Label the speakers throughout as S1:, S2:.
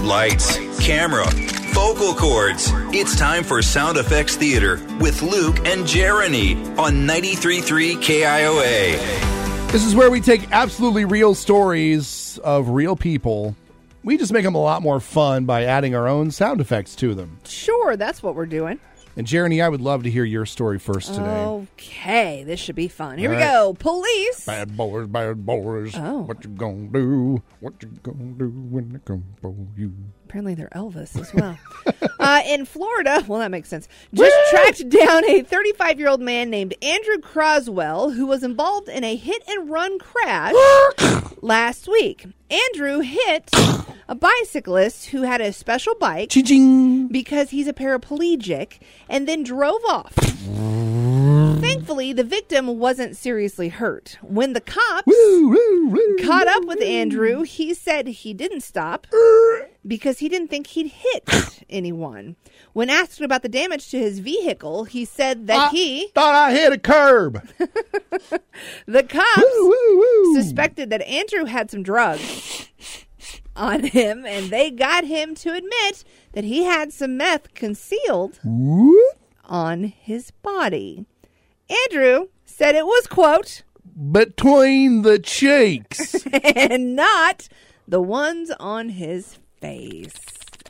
S1: Lights, camera, vocal cords. It's time for Sound Effects Theater with Luke and Jeremy on 93.3 KIOA.
S2: This is where we take absolutely real stories of real people. We just make them a lot more fun by adding our own sound effects to them.
S3: Sure, that's what we're doing.
S2: And Jeremy, I would love to hear your story first today.
S3: Oh. Okay, this should be fun. Here
S2: All
S3: we
S2: right.
S3: go. Police.
S2: Bad boys, bad boys.
S3: Oh.
S2: What you gonna do? What you gonna do when they come for you?
S3: Apparently, they're Elvis as well. uh, in Florida, well, that makes sense. Just tracked down a 35 year old man named Andrew Croswell who was involved in a hit and run crash last week. Andrew hit a bicyclist who had a special bike
S2: Ching.
S3: because he's a paraplegic and then drove off. Thankfully, the victim wasn't seriously hurt. When the cops
S2: Woo, woo, woo.
S3: caught up with Andrew, he said he didn't stop because he didn't think he'd hit anyone. When asked about the damage to his vehicle, he said that
S2: Uh,
S3: he,
S2: Thought I hit a curb. woo,
S3: the cops,
S2: woo, woo.
S3: suspected that Andrew had some drugs on him and they got him to admit that he had some meth concealed
S2: Whoop.
S3: on his body. Andrew said it was, quote,
S2: Between the cheeks.
S3: and not the ones on his face.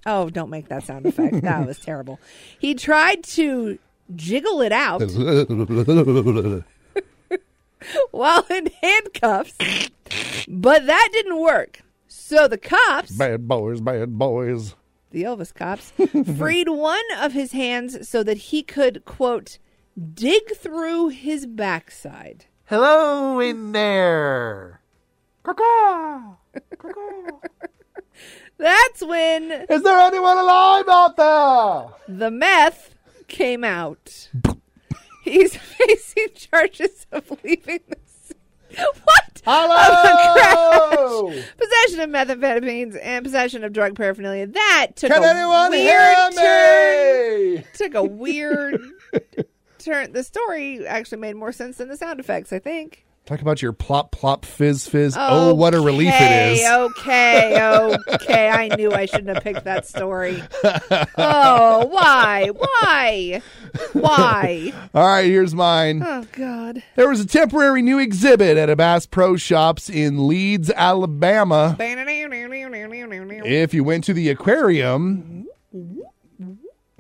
S3: Oh, don't make that sound effect. that was terrible. He tried to jiggle it out while in handcuffs, but that didn't work. So the cops,
S2: bad boys, bad boys.
S3: the Elvis cops, freed one of his hands so that he could, quote, dig through his backside.
S4: Hello in there. Caw-caw.
S3: That's when
S4: Is there anyone alive out there?
S3: the meth came out. He's facing charges of leaving the scene. What?
S4: Hello!
S3: Oh, Possession of methamphetamines and possession of drug paraphernalia. That took
S4: Can
S3: a
S4: anyone
S3: weird turn.
S4: hear me?
S3: Took a weird turn. The story actually made more sense than the sound effects, I think.
S2: Talk about your plop, plop, fizz, fizz. Oh, what a relief it is.
S3: Okay, Okay, okay. I knew I shouldn't have picked that story. Oh, why? Why? Why?
S2: All right, here's mine.
S3: Oh, God.
S2: There was a temporary new exhibit at a Bass Pro Shops in Leeds, Alabama.
S3: Hey,
S2: If you went to the aquarium,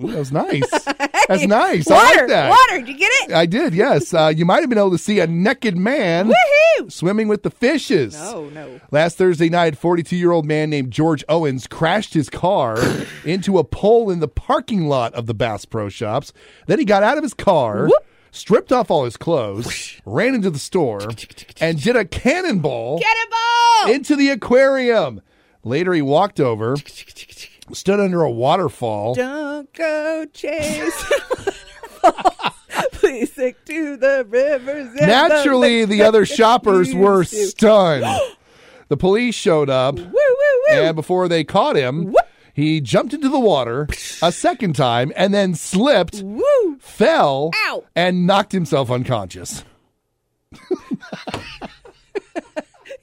S2: Ooh, that was nice. That's nice. I
S3: water,
S2: like that.
S3: water. Did you get it?
S2: I did, yes. Uh, you might have been able to see a naked man
S3: Woohoo!
S2: swimming with the fishes.
S3: No, no.
S2: Last Thursday night, 42 year old man named George Owens crashed his car into a pole in the parking lot of the Bass Pro Shops. Then he got out of his car, stripped off all his clothes, ran into the store, and did a cannonball
S3: Get a ball.
S2: into the aquarium. Later, he walked over, stood under a waterfall.
S3: Don't go chase. Please stick to the rivers. and the
S2: Naturally, the other shoppers were stunned. The police showed up.
S3: Woo, woo, woo.
S2: And before they caught him, he jumped into the water a second time and then slipped,
S3: Woo.
S2: fell,
S3: Ow.
S2: and knocked himself unconscious.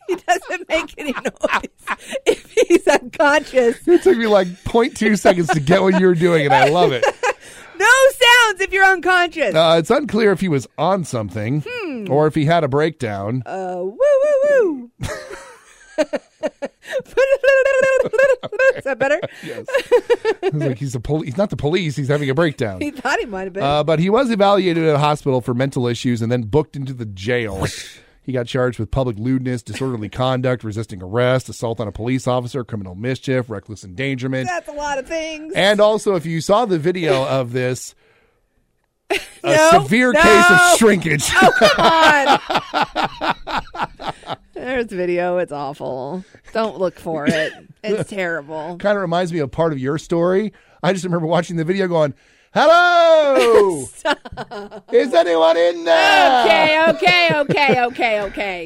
S3: He doesn't make any noise if he's unconscious.
S2: It took me like 0.2 seconds to get what you were doing, and I love it.
S3: No sounds if you're unconscious.
S2: Uh, it's unclear if he was on something or if he had a breakdown.
S3: Uh, woo, woo, woo. Is that better?
S2: It was like he's a poli- he's not the police. He's having a breakdown.
S3: He thought he might have been.
S2: Uh, but he was evaluated at a hospital for mental issues and then booked into the jail. He got charged with public lewdness, disorderly conduct, resisting arrest, assault on a police officer, criminal mischief, reckless endangerment.
S3: That's a lot of things.
S2: And also, if you saw the video of this, a
S3: No,
S2: severe
S3: no.
S2: case of shrinkage.
S3: Come on. There's video. It's awful. Don't look for it. It's terrible.
S2: kind of reminds me of part of your story. I just remember watching the video going, Hello! Is anyone in there?
S3: Okay, okay, okay, okay, okay.